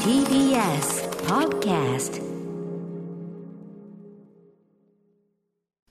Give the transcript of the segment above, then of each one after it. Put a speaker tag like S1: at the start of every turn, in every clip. S1: TBS Podcast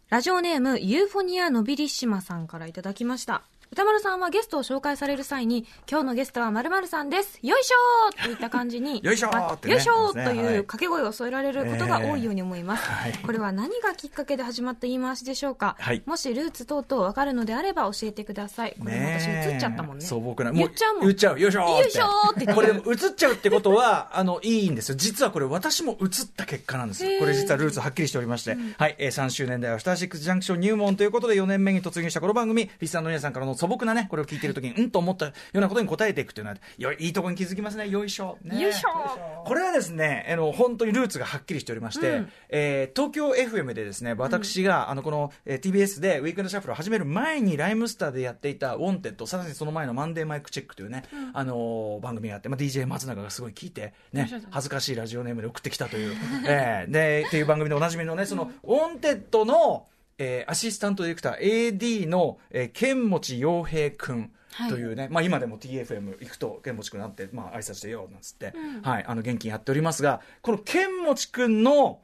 S2: ラジオネームユーフォニアノビリッシマさんからいただきました歌丸さんはゲストを紹介される際に今日のゲストはまるさんですよいしょーといった感じに
S3: よいしょーってね
S2: よいしょー
S3: です
S2: と
S3: ね
S2: いう
S3: はい
S2: 掛け声を添えられることが多いように思います、
S3: はい
S2: これは何がきっかけで始まった言い回しでしょうか、
S3: はい
S2: もしルーツ等々わかるのであれば教えてくださいこれも私
S3: ねえ
S2: 映っちゃったもんね
S3: 素朴な。
S2: 言っちゃうもん
S3: 言っちゃう。よいしょーって。
S2: よいしょーって言って
S3: これ、映っちゃうってことは、あの、いいんですよ。実はこれ、私も映った結果なんです
S2: へー
S3: よ。これ実はルーツはっきりしておりまして。はい。えー、3周年代アフターシックスジャンクション入門ということで、4年目に突入したこの番組、リスナーの皆さんからの素朴なね、これを聞いてるときに、うんと思ったようなことに答えていくというのは、よいいとこに気づきますね。よいしょ。ね
S2: よいしょ
S3: これはですね、あの、本当にルーツがはっきりしておりまして、
S2: うん
S3: えー東京 FM でですね、私が、あの、この、えー TBS でウィークエンドシャッフルを始める前に、ライムスターでやっていた、ウォンテッド、さらにその前のマンデーマイクチェックというね、あのー番組があって、まあ、DJ 松永がすごい聞いて、ね、恥ずかしいラジオネームで送ってきたという、えーで、っていう番組でおなじみのね、その、ウォンテッドの、えーアシスタントディレクター AD の、えー、剣持洋平君
S2: はい
S3: というね、まあ、今でも TFM 行くと剣持君なって、まあ挨拶してよなんつって、はい、あの現金やっておりますがこの剣持君の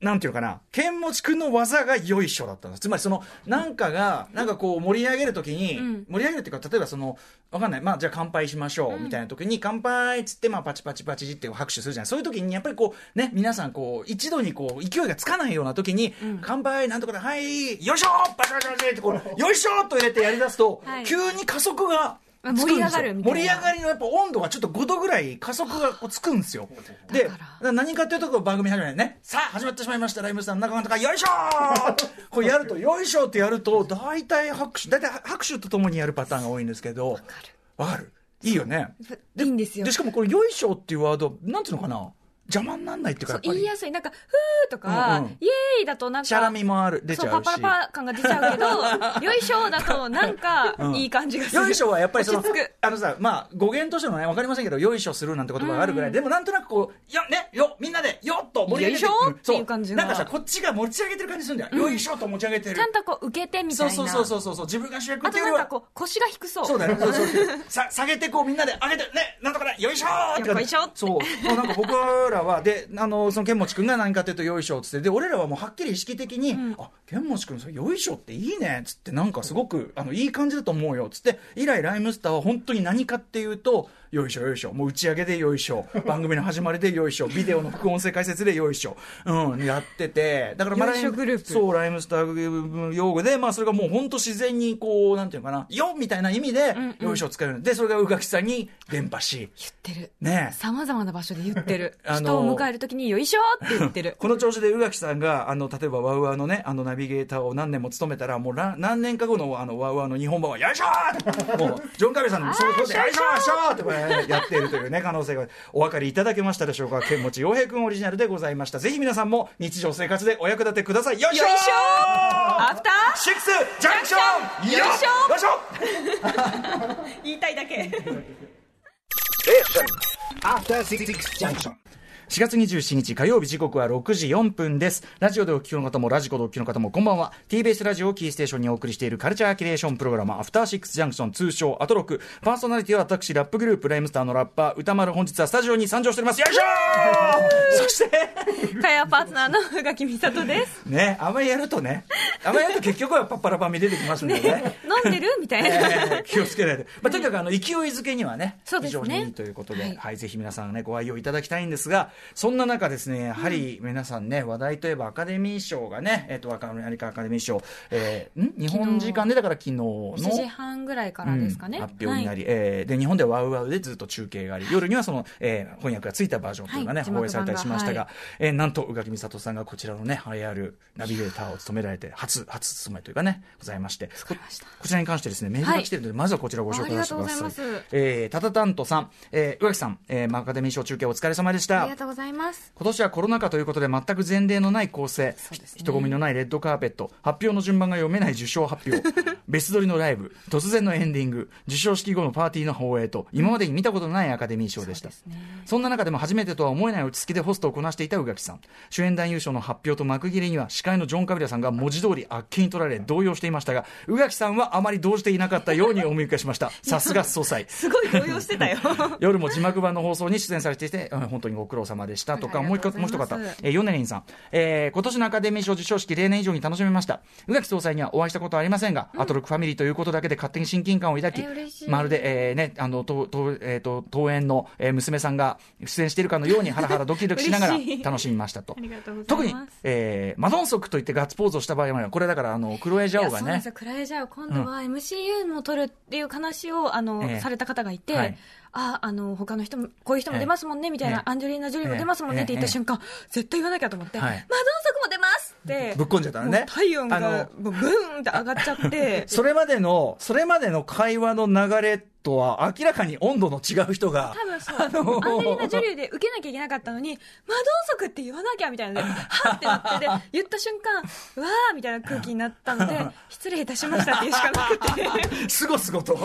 S3: なんていうのかな剣持君の技がよいしょだったんですつまりそのなんかがなんかこう盛り上げるときに、
S2: うん
S3: 盛り上げるっていうか例えばそのわかんないまあじゃあ乾杯しましょうみたいな時に、乾杯っつってまあパチパチパチって拍手するじゃないそういう時にやっぱりこうね皆さんこう一度にこう勢いがつかないような時に、乾杯なんとかではいよいしょパチパチパチってこうよいしょと入れてやりだすと、
S2: はい
S3: 急に加速が
S2: あ
S3: つくんです
S2: 盛り上が
S3: よ
S2: るみたいな
S3: 盛り上がりのやっぱ温度がちょっと5度ぐらい加速がこうつくんですよでだから何かっていうとこう番組始めないねさあ始まってしまいましたライムスターの中とかよいしょーこうやるとよいしょってやると大体拍手大体拍手とともにやるパターンが多いんですけどわかるわかるいいよね
S2: いいんですよ
S3: でしかもこれ「よいしょ」っていうワードなんていうのかな邪魔になんないっていうか
S2: そう
S3: やっぱ
S2: 言い
S3: り
S2: やすいなんか「ふー」とか、
S3: うんうん
S2: イエーイ」だとなんか
S3: しゃらみもある出ち
S2: そう
S3: ゃ
S2: パ
S3: うし
S2: パラパ感が出ちゃう けどよいしょだとなんか
S3: うん
S2: いい感じがする、
S3: よいしょはやっぱりその
S2: 落ち着く、
S3: あのさ、まあ、語源としてのね、わかりませんけど、よいしょするなんて言葉があるぐらい、でもなんとなくこう、よ、ね、よ、みんなで、よっと盛り上げて
S2: よいしょ
S3: ん
S2: っていう感じが
S3: そうなんかさ、こっちが持ち上げてる感じするんだよ。よいしょと持ち上げてる。
S2: ちゃんとこう受けてみた
S3: そ
S2: いうな
S3: そうそうそうそう、自分が主役
S2: あ
S3: って
S2: と
S3: いうよ
S2: な
S3: り
S2: んか
S3: は、
S2: こう腰が低そう
S3: そうだよね、そうそう さ下げてこうみんなで上げてねなんとかねよいしょーって感じ
S2: よいしょって
S3: そうもうなんか僕らはであのその剣持君が何かっていうとよいしょっつってで俺らはもうはっきり意識的に、あ剣持君それよいしょっていいねっつってなんかすごくあのいい感じだと思うよっつって以来ライムスターは本当に何かっていうとよいしょよいしょもう打ち上げでよいしょ番組の始まりでよいしょビデオの副音声解説でよいしょうんやっててだからまあ
S2: よいしょグループ
S3: そうライムスター用語で、まあ、それがもう本当自然にこうなんていうのかなよみたいな意味で、よいしょ使えるでそれが宇垣さんに伝播し
S2: 言ってる
S3: ねえ
S2: さまざまな場所で言ってる
S3: あの
S2: 人を迎えるときに「よいしょ」って言 ってる
S3: この調子で宇垣さんがあの例えばワウワウのねあのナビゲーターを何年も務めたらもうら何年か後のあのワウワウの日本版はよいしょーってもうジョン・カビさんのそういうことでよいしょーよいしょーってこれやっているというね可能性がお分かりいただけましたでしょうか剣持洋平君オリジナルでございましたぜひ皆さんも日常生活でお役立てくださいよいしょー
S2: よいしょーアフター
S3: シックスジャンクション
S2: よいしょ
S3: よいしょ
S2: 言いたいだけ
S4: After Six Junction.
S3: 4月27日火曜日時刻は6時4分です。ラジオでお聞きの方もラジコでお聞きの方もこんばんは。TBS ラジオをキーステーションにお送りしているカルチャーキュレーションプログラムアフターシックスジャンクション通称アトロク。パーソナリティは私ラップグループライムスターのラッパー歌丸本日はスタジオに参上しております。よいしょーそして、
S2: 火曜パートナーの宇垣美里 です
S3: ね、あんまりやるとね、あんまりやると結局はパッパラパミ出てきますんでね。
S2: 飲んでるみたいな、
S3: えー 気をつけないと、まあ、とにかくあの勢いづけにはね
S2: そうで
S3: 非
S2: すね
S3: 常にいいということで、
S2: は
S3: はいいぜひ皆さんねご愛用いただきたいんですがそんな中ですねやはり皆さんね、話題といえばアカデミー賞がね、えっとアカアメリカアカデミー賞、えーん日本時間でだから昨日の
S2: 7時半ぐらいからですかね、
S3: うん発表になり、えーで日本ではワウワウでずっと中継があり夜にはその、えー翻訳がついたバージョンというのがね、
S2: はい字幕
S3: 放映されたりしましたが、
S2: 版
S3: えーなんと宇垣美里さんがこちらのね栄えあるナビゲーターを務められて初初務めというかねございましてここちらに関してですねメールが来てるので、まずはこちらをご紹介させてくだ
S2: ありがとうござい
S3: さ
S2: ま
S3: い
S2: す。
S3: えー、タタタントさん、えー、宇垣さん、えー、マーカデミー賞中継お疲れ様でした。
S2: ありがとうございます。
S3: 今年はコロナ禍ということで全く前例のない構成、
S2: そうですね
S3: 人混みのないレッドカーペット発表の順番が読めない受賞 発表別撮りのライブ突然のエンディング授賞式後のパーティーの放映と今までに見たことのないアカデミー賞でした
S2: そうですね
S3: そんな中でも初めてとは思えない落ち着きでホストをこなしていた宇垣さん主演男優賞の発表と幕切れには司会のジョン・カビラさんが文字通りあっけに取られ動揺していましたが宇垣さんはあまり動じていなかったようにお見受けしましたさすが総裁
S2: すごい動揺してた よ。
S3: 夜も字幕版の放送に出演されていて、うん 本当にご苦労様でしたとか、
S2: はい
S3: もう一
S2: あ
S3: 個
S2: りがと
S3: もう
S2: う
S3: 一
S2: ござ
S3: 方
S2: います、
S3: えー、ヨネリンさん、えー今年のアカデミー賞授賞式、例年以上に楽しめました、宇垣総裁にはお会いしたことはありませんが、アトロックファミリーということだけで勝手に親近感を抱き
S2: えー嬉し、い
S3: まるで、えーね、あのととえーと登園の、えー娘さんが出演しているかのように、ハラハラドキドキしながら
S2: 嬉しい
S3: 楽しみましたと
S2: あ。りがとうござ
S3: 特
S2: い
S3: に
S2: ます。、
S3: えーマドンソクといってガッツポーズをした場合は、これだからあのクロエ・ジャオ
S2: いや
S3: が
S2: そうなん
S3: ね
S2: ですよ、クラエジャオ、今度は MCU も撮るっていう話をあの、
S3: ええ
S2: された方がいて、
S3: はい
S2: ああの他の人も、こういう人も出ますもんね、みたいな、
S3: ええ
S2: アンジェリーナ・ジョリーも出ますもんね、
S3: ええ
S2: って言った瞬間、絶対言わなきゃと思って、
S3: はい
S2: まあ、どの作も出ますって、
S3: ぶっこんじゃったのね
S2: もう体温が
S3: あの
S2: もうブーンって上がっちゃって、
S3: それまでの、それまでの会話の流れとは明らかに温度の違う人が、
S2: 多分そう、アンジェリーナ・ジョリーで受けなきゃいけなかったのに、マドンソクって言わなきゃみたいなので、はっってなって、で 言った瞬間、うわーみたいな空気になったので、失礼いたしましたっていうしかな くて、
S3: すごす ごと。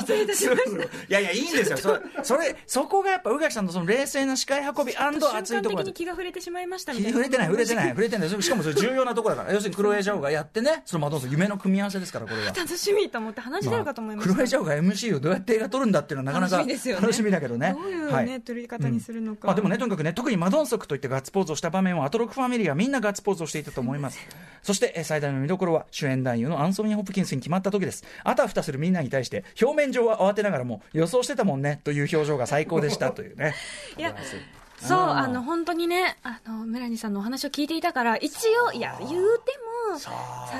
S2: 失礼いたしました。
S3: いやいや、いいんですよ。それ、それ、そこがやっぱ宇垣さんのその冷静な視界運び熱いところ
S2: 瞬間的に
S3: で。
S2: 気が触れてしまいましたみたいな
S3: 触れてない、触れてない、触れてない。しかもそれ重要なところだから。要するにクロエ・ジャオがやってね、そのマドンソ夢の組み合わせですから、これは。
S2: 楽しみと思って話出るかと思いまし
S3: ク
S2: た、
S3: ロエ・ジャオが MC をどうやって映画撮るんだっていうのはなかな
S2: 楽しみですよ
S3: か
S2: ね
S3: 楽しみだけどね。
S2: どういうね、
S3: はい
S2: 取り方にするのか、
S3: まあ、でもね、とにかくね、特にマドンソクといってガッツポーズをした場面は、アトロックファミリーがみんなガッツポーズをしていたと思い ます。そして、えー最大の見どころは、主演男優のアンソニー・ホプキンスに決まった時です。あたふたするみんなに対して、表面上は慌てながらも、予想してたもんね、という表情が最高でした、というね。
S2: いやそう
S3: うん
S2: あの本当にねあのメラニーさんのお話を聞いていたから一応いや言うてもさ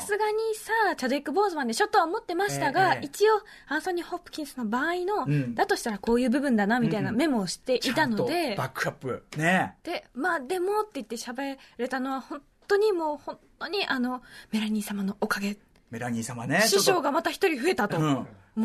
S2: すがにさチャドウィック・ボーズマンでしょとは思ってましたが、
S3: ええ
S2: 一応アンソニー・ホップキンスの場合の、
S3: うん
S2: だとしたらこういう部分だなみたいなメモを していたので、
S3: バックアップ。ね
S2: で、まあ、でもって言って喋れたのは、本当にもう、本当に、あの、メラニー様のおかげ。
S3: メラニー様ね。
S2: 師
S3: ちょっ
S2: 匠
S3: と
S2: がまた一人増えたと思
S3: こ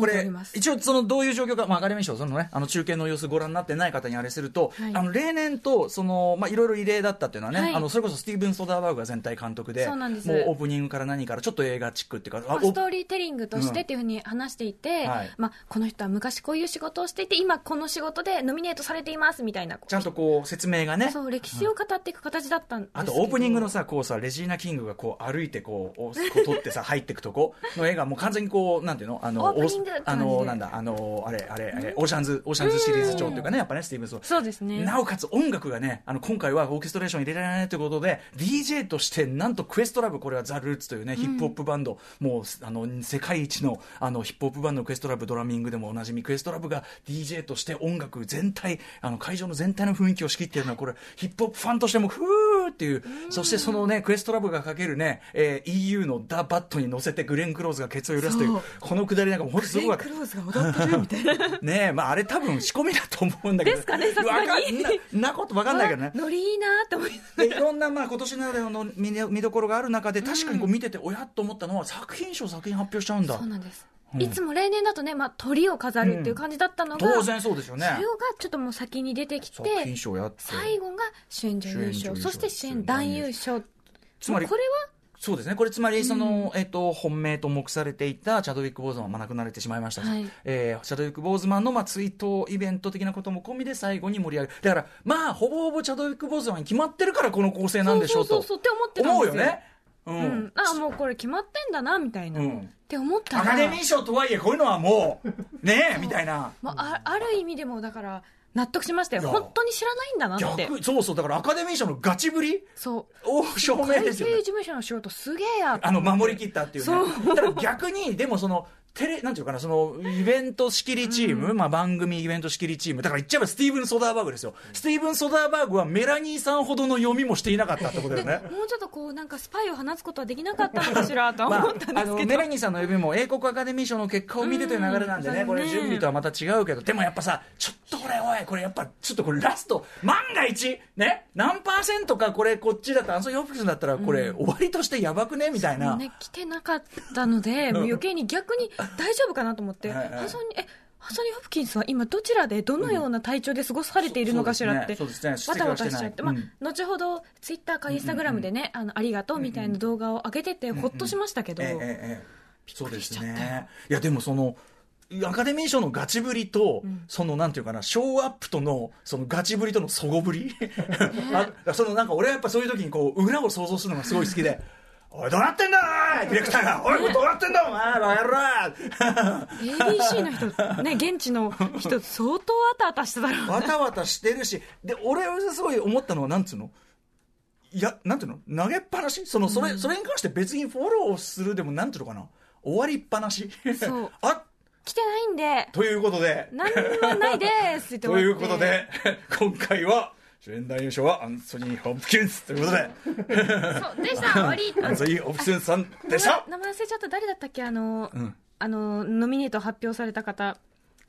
S2: っており
S3: れ
S2: ます。
S3: 一応そのどういう状況か、まあ、アカデミー賞その、ね、あの中継の様子ご覧になってない方にあれすると、
S2: はい
S3: あの例年とその、まあ、いろいろ異例だったっていうのはね、
S2: はい
S3: あのそれこそスティーブン・ソダーバーグが全体監督で
S2: そうなんです
S3: もうオープニングから何からちょっと映画チックっていうか、あ
S2: まあ
S3: お
S2: ストーリーテリングとしてっていうふうに話していて、
S3: うんはい
S2: まあ、この人は昔こういう仕事をしていて今この仕事でノミネートされていますみたいな
S3: ちゃんとこう説明がね
S2: そう歴史を語っていく形だったんですけど
S3: あとオープニングのさこうさレジーナ・キングがこう歩いてこうおこう撮ってさ入ってくとこの映画もう完全にこうなんていうのあの
S2: オープニングって
S3: あ
S2: 感じで
S3: のなんだあのあれあれあれオーシャンズオーシャンズシリーズ調っていうかねやっぱねスティーブン・ソダーバーグ
S2: そうですね
S3: なおかつ音楽がね、あの今回はオーケストレーション入れられないということで、DJ としてなんとクエストラブ、これはザ・ルーツというね、ヒップホップバンド、もうあの世界一のあのヒップホップバンドのクエストラブ、ドラミングでもおなじみ、クエストラブが DJ として音楽全体、あの会場の全体の雰囲気を仕切っているのは、これ、ヒップホップファンとしても、ふーっていう、そしてそのね、クエストラブがかけるね、えー EU のダ・バットに乗せてグレン・クローズがケツを揺らすという
S2: そう、
S3: このくだりなんかも本当にすごかった
S2: ク。ローズが踊ってるみたいな
S3: ねえ、まあ、あれ多分仕込みだと思うんだけど。
S2: ですかねさすがに
S3: わかんななことわかん ないけ どね。
S2: ノリいいなって思います
S3: でいろんなまあ今年ならではの見ね見どころがある中で確かにこう見てておやっと思ったのは作品賞作品発表しちゃうんだ
S2: そうなんです、いつも例年だとね、まあ、鳥を飾るっていう感じだったのが、
S3: 当然そうですよね
S2: それがちょっともう先に出てきて
S3: 作品賞やって
S2: 最後が主演女優
S3: 主演
S2: 賞
S3: 女優
S2: そ
S3: 賞
S2: して主演男優賞
S3: つまり
S2: これは
S3: そうですねこれつまりその、えっと本命と目されていたチャドウィック・ボーズマンは亡くなられてしまいましたし、
S2: はい
S3: えーチャドウィック・ボーズマンのまあ追悼イベント的なことも込みで最後に盛り上げるだからまあほぼほぼチャドウィック・ボーズマンに決まってるからこの構成なんでしょう
S2: そう
S3: と
S2: そうそうそうって思ってたん
S3: 思
S2: で
S3: う
S2: すよ
S3: よね。う
S2: うんん、あもうこれ決まってんだなみたいな、
S3: うん
S2: って思った
S3: ア
S2: ら
S3: カデミー賞とはいえこういうのはもうねえみたいな
S2: まあ、あある意味でもだから納得しましたよ
S3: いや
S2: 本当に知らないんだなって
S3: 逆そうそうだからアカデミー賞のガチぶり
S2: そう
S3: を証明
S2: 会計
S3: ですよ、ね
S2: 事、務所の仕事すげえや
S3: あの守り切ったっていうね
S2: そう
S3: だから逆にでもそのテレなんていうのかなそのイベント仕切りチーム、まあ、番組イベント仕切りチームだから言っちゃえばスティーブン・ソダーバーグですよスティーブン・ソダーバーグはメラニーさんほどの読みもしていなかったってことだよね
S2: もうちょっとこうなんかスパイを放つことはできなかったのかしらとは
S3: ま
S2: 思
S3: あ
S2: ったんですけど、、
S3: あのメラニーさんの指も英国アカデミー賞の結果を見てという流れなんでね、
S2: うん
S3: これ
S2: そうね
S3: 準備とはまた違うけどでもやっぱさちょっとこれおいこれやっぱちょっとこれラスト万が一ね何パーセントかこれこっちだったらアンソニー・ホプキンスだったらこれ終わりとしてやばくねみたいな、
S2: ね、来てなかったので、もう余計に逆に大丈夫かなと思って、
S3: はいはい
S2: アンソニーえハソニー・ホプキンスは今どちらでどのような体調で過ごされているのかしらって、
S3: そうですねそう
S2: わ
S3: で
S2: た
S3: すね
S2: わたしちゃって、
S3: 指摘は
S2: まあ
S3: してない
S2: 後ほどツイッターかインスタグラムでね、あのありがとうみたいな動画を上げてて、ほっとしましたけど、
S3: ええええええそう
S2: くり
S3: で
S2: し
S3: す
S2: ちゃったよ
S3: ねいやでもそのアカデミー賞のガチぶりと、そのなんていうかなショーアップとのそのガチぶりとのそごぶり、 あそのなんか俺はやっぱそういう時にこう裏を想像するのがすごい好 きで「おいどうなってんだおい!」ディレクターが「おいこれどうなってんだお前バカ野郎! 」
S2: ABC の人、 ね、現地の人、相当あたあたしてたろう
S3: わたわたしてるし、で、俺はすごい思ったのは、なんつうのいや、なんていうの投げっぱなしその、それ、それに関して別にフォローするでも、なんていうのかな終わりっぱなし
S2: そう
S3: あ、
S2: 来てないんで、
S3: ということで、
S2: 何もないですって言って終
S3: と
S2: わって
S3: いうことで、 今回は、主演男優賞はアンソニー・ホプキンスということ で、
S2: そうでした、終わり
S3: アンソニー・ホプキンスさんでした
S2: 名前忘れちゃった誰だったっけあの、
S3: ん
S2: あのノミネート発表された方あ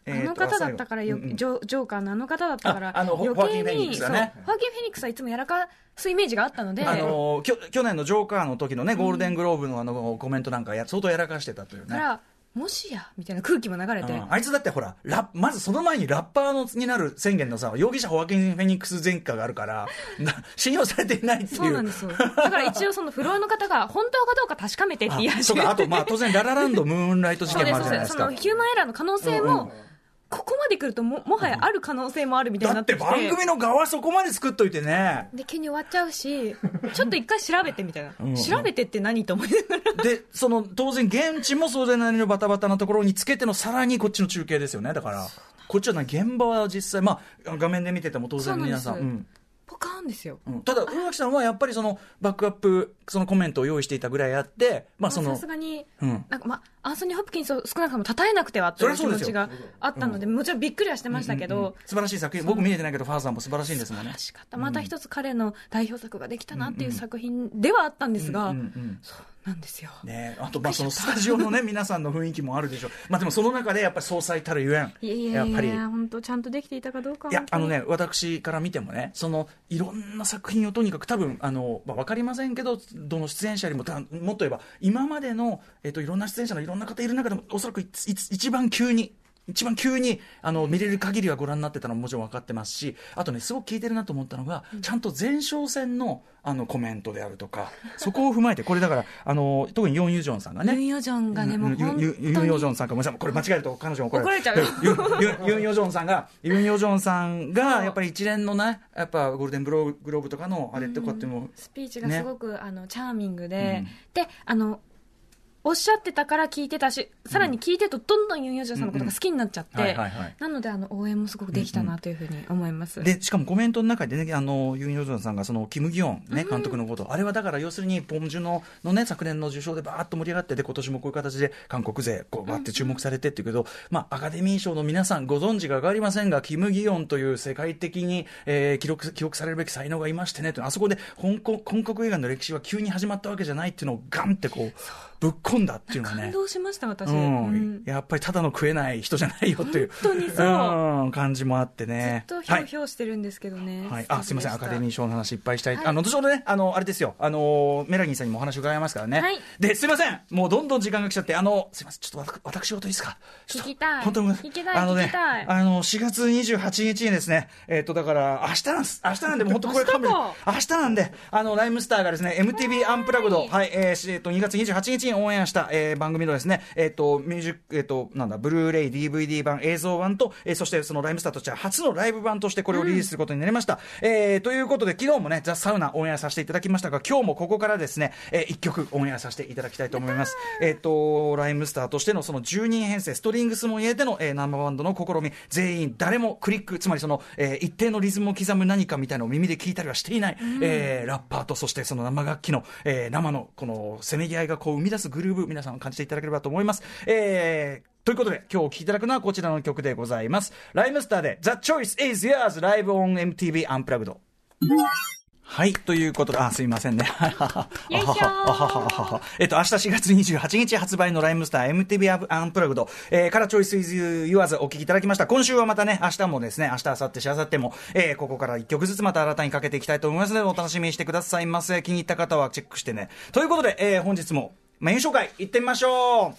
S3: えーと
S2: の方だったからよ、
S3: 最後うんうん
S2: ジョジョーカーのあの方だったから
S3: ああのホホアキンフェニックス
S2: そう
S3: だ
S2: ホア
S3: ね
S2: キン・フェニックスはいつもやらかすイメージがあったので、
S3: あのきょ去年のジョーカーの時のね、ゴールデングローブのあのコメントなんかや、相当やらかしてたというね。
S2: からもしやみたいな空気も流れて、
S3: うんあいつだってほらラまずその前にラッパーのになる宣言のさ容疑者ホアキン・フェニックス前科があ るからな信用されていないっていう
S2: そうなんですよだから一応そのフロアの方が本当かどうか確かめてって言い
S3: あ
S2: 始
S3: そう
S2: め
S3: か
S2: て
S3: あとまあ当然ララランドムーンライト 事
S2: そう
S3: 件
S2: で
S3: もあ
S2: すそう
S3: るじゃ
S2: で
S3: ないですす
S2: そ
S3: か
S2: のヒューマンエラーの可能性も、ここまで来るとももはやある可能性もあるみたいに
S3: だ
S2: な
S3: っ
S2: って
S3: て
S2: きて
S3: 番組の側そこまで作っといてね
S2: で急に終わっちゃうしちょっと一回調べてみたいな、
S3: ん
S2: 調べてって何と思いながら
S3: でその当然現地もそれなりのバタバタなところにつけてのさらにこっちの中継ですよねだからこっちはな現場は実際まあ画面で見てても当
S2: そう
S3: 然
S2: なんで
S3: 皆
S2: す
S3: さんうん
S2: ポカーンですよ
S3: うんただ、宇垣さんはやっぱりそのバックアップ、そのコメントを用意していたぐらいあって、まあそ
S2: まあ
S3: の
S2: さす、がに、
S3: うん
S2: なんかまあ、アンソニー・ホプキンスを少なくとも称えなくてはという気
S3: そり
S2: 持
S3: ゃそうです
S2: ち
S3: よ
S2: があったので、もちろんびっくりはしてましたけど、
S3: 素晴らしい作品僕見れてないけどファーさんも素晴らしいんですもんね
S2: らしかったまた一つ彼の代表作ができたなっていう作品ではあったんですが、
S3: うんうん
S2: そうなんですよ、
S3: ねえあとまあそのスタジオのね皆さんの雰囲気もあるでしょうまあでもその中でやっぱり総裁たるゆえん
S2: いやいや
S3: やっ
S2: い
S3: ぱ
S2: や
S3: り
S2: いや本当ちゃんとできていたかどうかはい
S3: や
S2: 本当
S3: あ
S2: に
S3: のね私から見てもねそのいろんな作品をとにかく多分あの、まあ、分かりませんけどどの出演者よりもたもっと言えば今までの、えっと、いろんな出演者のいろんな方いる中でもおそらくいついつ一番急に。一番急にあの見れる限りはご覧になってたのももちろん分かってますしあとねすごく聞いてるなと思ったのが、ちゃんと前哨戦のあのコメントであるとかそこを踏まえてこれだからあの特にヨン・ユジョンさんがね
S2: ユン・ヨジョンがね、
S3: ユン
S2: もう本当に
S3: ユンユンヨジョンさんかごめんなさいこれ間違えると彼女も怒
S2: 怒ら
S3: ら
S2: れ
S3: れ
S2: ちゃうよ
S3: ユンユンユンヨジョンさんがユンヨジョンさんがやっぱり一連のねやっぱゴールデンブローグローブとかのあれとかっても
S2: スピーチがすごく、あのチャーミングで、であのおっしゃってたから聞いてたしさらに聞いてるとどんどんユン・ヨジョンさんのことが好きになっちゃっ
S3: うんうん
S2: て
S3: はいはいはい
S2: なのであの応援もすごくできたなというふうに思います、
S3: でしかもコメントの中でねあのユン・ヨジョンさんがそのキム・ギヨン、ね、監督のこと、あれはだから要するにポン・ジュのの、ね、昨年の受賞でバーッと盛り上がってで今年もこういう形で韓国勢こうバーって注目されてっていうけど、まあ、アカデミー賞の皆さんご存知か分かりませんがキム・ギヨンという世界的に、えー記録記録されるべき才能がいましてねとあそこで本国韓国映画の歴史は急に始まったわけじゃないっていうのをガンってこうぶっ込んだっていうのは
S2: 感
S3: ね。
S2: 動しました私、
S3: う
S2: うんん、
S3: やっぱりただの食えない人じゃないよっていう
S2: 本当にそうん
S3: 感じもあってね。
S2: ずっとひょうひょうしてるんですけどね、
S3: はい、
S2: 素敵
S3: あすみません、
S2: でし
S3: ア
S2: た
S3: カデミー賞の話いっぱいしたい、
S2: はい
S3: あの後ほどね、あのあれですよ、あのメラニーさんにもお話伺いますからね、
S2: はい
S3: ですみません、もうどんどん時間が来ちゃって、あのすみません、ちょっとわた私事いいですか、ちょっと
S2: 聞きたい
S3: 本当にごめんなさ
S2: 聞きたい
S3: あのね
S2: 聞きたい
S3: あの4月28日にですね、えっとだから、明日なんです、明日 なんで、もう本当、これ、
S2: 明日か
S3: 勘弁明日なんで、あのライムスターがですね、MTV アンプラグド、はい、えーしえっと2月28日にオンエアした、えー番組のですね、えっとミュージック、えっとなんだ、ブルーレイ、DVD 版、映像版と、えーそしてそのライムスターとしては初のライブ版としてこれをリリースすることになりました。えーということで、昨日もね、ザ・サウナオンエアさせていただきましたが、今日もここからですね、え1曲オンエアさせていただきたいと思います。えっと、ライムスターとしてのその10人編成、ストリングスも入れての、えーナンバーワンドの試み、全員誰もクリック、つまりその、えー一定のリズムを刻む何かみたいなのを耳で聞いたりはしていない、えーラッパーとそしてその生楽器の、えー生のこのせめぎ合いがこう生み出すグルーブ、皆さん感じていただければと思います。えーということで、今日お聴きいただくのはこちらの曲でございます。ライムスターで、The Choice is Yours! ライブオン MTV アンプラグド。はい、ということで、あ、すいません
S2: よ
S3: ね。
S2: いしょー
S3: あははははえっと、明日4月28日発売のライムスター MTV アンプラグド、えー、からチョイスイズ言わずお聞きいただきました。今週はまたね、明日もですね、明日、明後日、し明後日も、えー、ここから1曲ずつまた新たにかけていきたいと思いますので、お楽しみにしてくださいませ。気に入った方はチェックしてね。ということで、えー、本日もメイン紹介行ってみましょう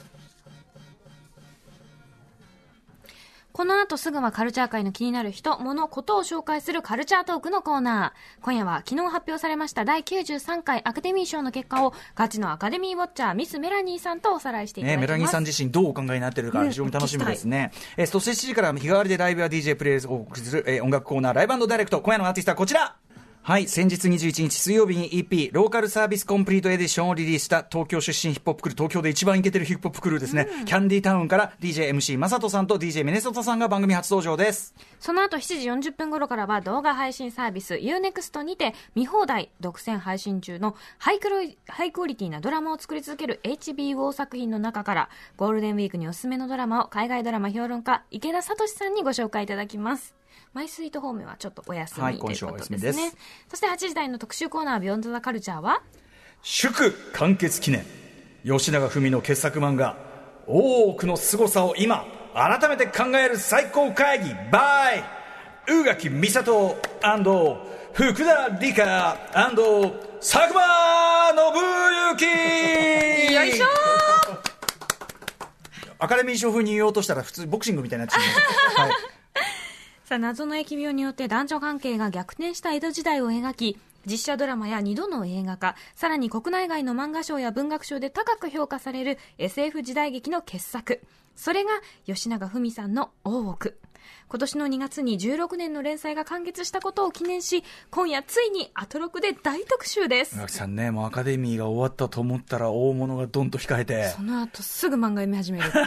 S2: この後すぐはカルチャー界の気になる人、物、ことを紹介するカルチャートークのコーナー。今夜は昨日発表されました第93回アカデミー賞の結果をガチのアカデミーウォッチャーミス・メラニーさんとおさらいしていただき
S3: ね、
S2: ま
S3: メ
S2: す。
S3: ラニーさん自身どうお考えになってるか非常に楽しみですね。えーそして7時から日替わりでライブや DJ プレイをお送りする、えー音楽コーナーライブダイレクト。今夜のアーティストはこちらはい、先日21日水曜日に EP、ローカルサービスコンプリートエディションをリリースした東京出身ヒップホップクルー、東京で一番イケてるヒップホップクルーですね、キャンディタウンから DJMC マサトさんと DJ メネソタさんが番組初登場です。
S2: その後7時40分頃からは動画配信サービス Unext にて見放題独占配信中のハイクロイハイクオリティなドラマを作り続ける HBO 作品の中からゴールデンウィークにおすすめのドラマを海外ドラマ評論家池田聡さんにご紹介いただきます。マイスイート方面はちょっとお休み、
S3: はい
S2: と
S3: 今
S2: いう
S3: 週は
S2: こ
S3: お
S2: と
S3: 休
S2: で
S3: み
S2: す
S3: で
S2: ね。
S3: す
S2: そして8時台の特集コーナービヨンドザカルチャーは
S3: 祝完結記念吉永文の傑作漫画「大奥の凄さを今改めて考える最高会議 by 宇垣美里福田理香佐久間信之
S2: よいしょ
S3: アカデミー賞風に言おうとしたら普通ボクシングみたいになっちゃいまし た、はい
S2: さあ謎の疫病によって男女関係が逆転した江戸時代を描き実写ドラマや2度の映画化さらに国内外の漫画賞や文学賞で高く評価される SF 時代劇の傑作それが吉永文さんの「大奥」今年の2月に16年の連載が完結したことを記念し今夜ついにアトロクで大特集です
S3: 宇垣さんねもうアカデミーが終わったと思ったら大物がドンと控えて
S2: その後すぐ漫画読み始めるっていう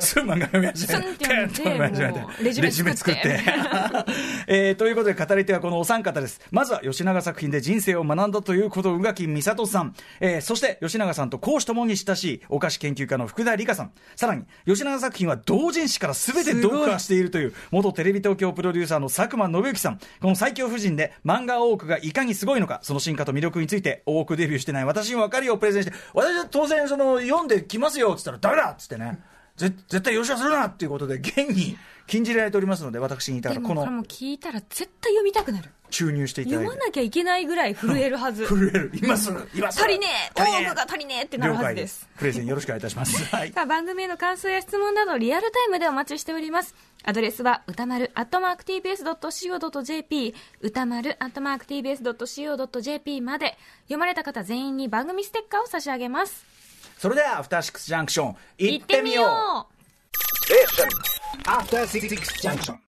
S3: すぐ漫画読み始め
S2: すんって
S3: て
S2: 読んで
S3: テンと読み始め
S2: も
S3: て
S2: うレジュメ作って
S3: レジュメ作って えーということで語り手はこのお三方ですまずは吉永作品で人生を学んだということ宇垣美里さん、えーそして吉永さんと講師ともに親しいお菓子研究家の福田理香さんさらに吉永作品は同人誌から全て読破しているという元テレビ東京プロデューサーの佐久間信之さんこの最強夫人で漫画多くがいかにすごいのかその進化と魅力について多くデビューしてない私に分かりをプレゼンして私は当然その読んできますよっつったらダメだっつってねぜ絶対吉田するなっていうことで現に禁じられておりますので私にい た
S2: で
S3: らこ
S2: もこれ
S3: の
S2: も聞いたら絶対読みたくなる
S3: 注入していただ
S2: 読
S3: い
S2: ま
S3: て
S2: なきゃいけないぐらい 震えるはず
S3: 震える今すぐ今すぐ
S2: 足りねえ
S3: 足り
S2: 大奥が足りねえってなる
S3: 了
S2: はず
S3: 解
S2: で
S3: ですすプレゼンよろしくお願いいたしますはい
S2: さあ番組への感想や質問などリアルタイムでお待ちしておりますアドレスは歌丸 @tbs.co.jp 歌丸 @tbs.co.jp まで読まれた方全員に番組ステッカーを差し上げます
S3: それではアフターシックスジャンクション
S2: 行
S3: 行
S2: っ
S3: ってて
S2: み
S3: み
S2: よ
S3: よう
S2: う
S4: After Six Junction.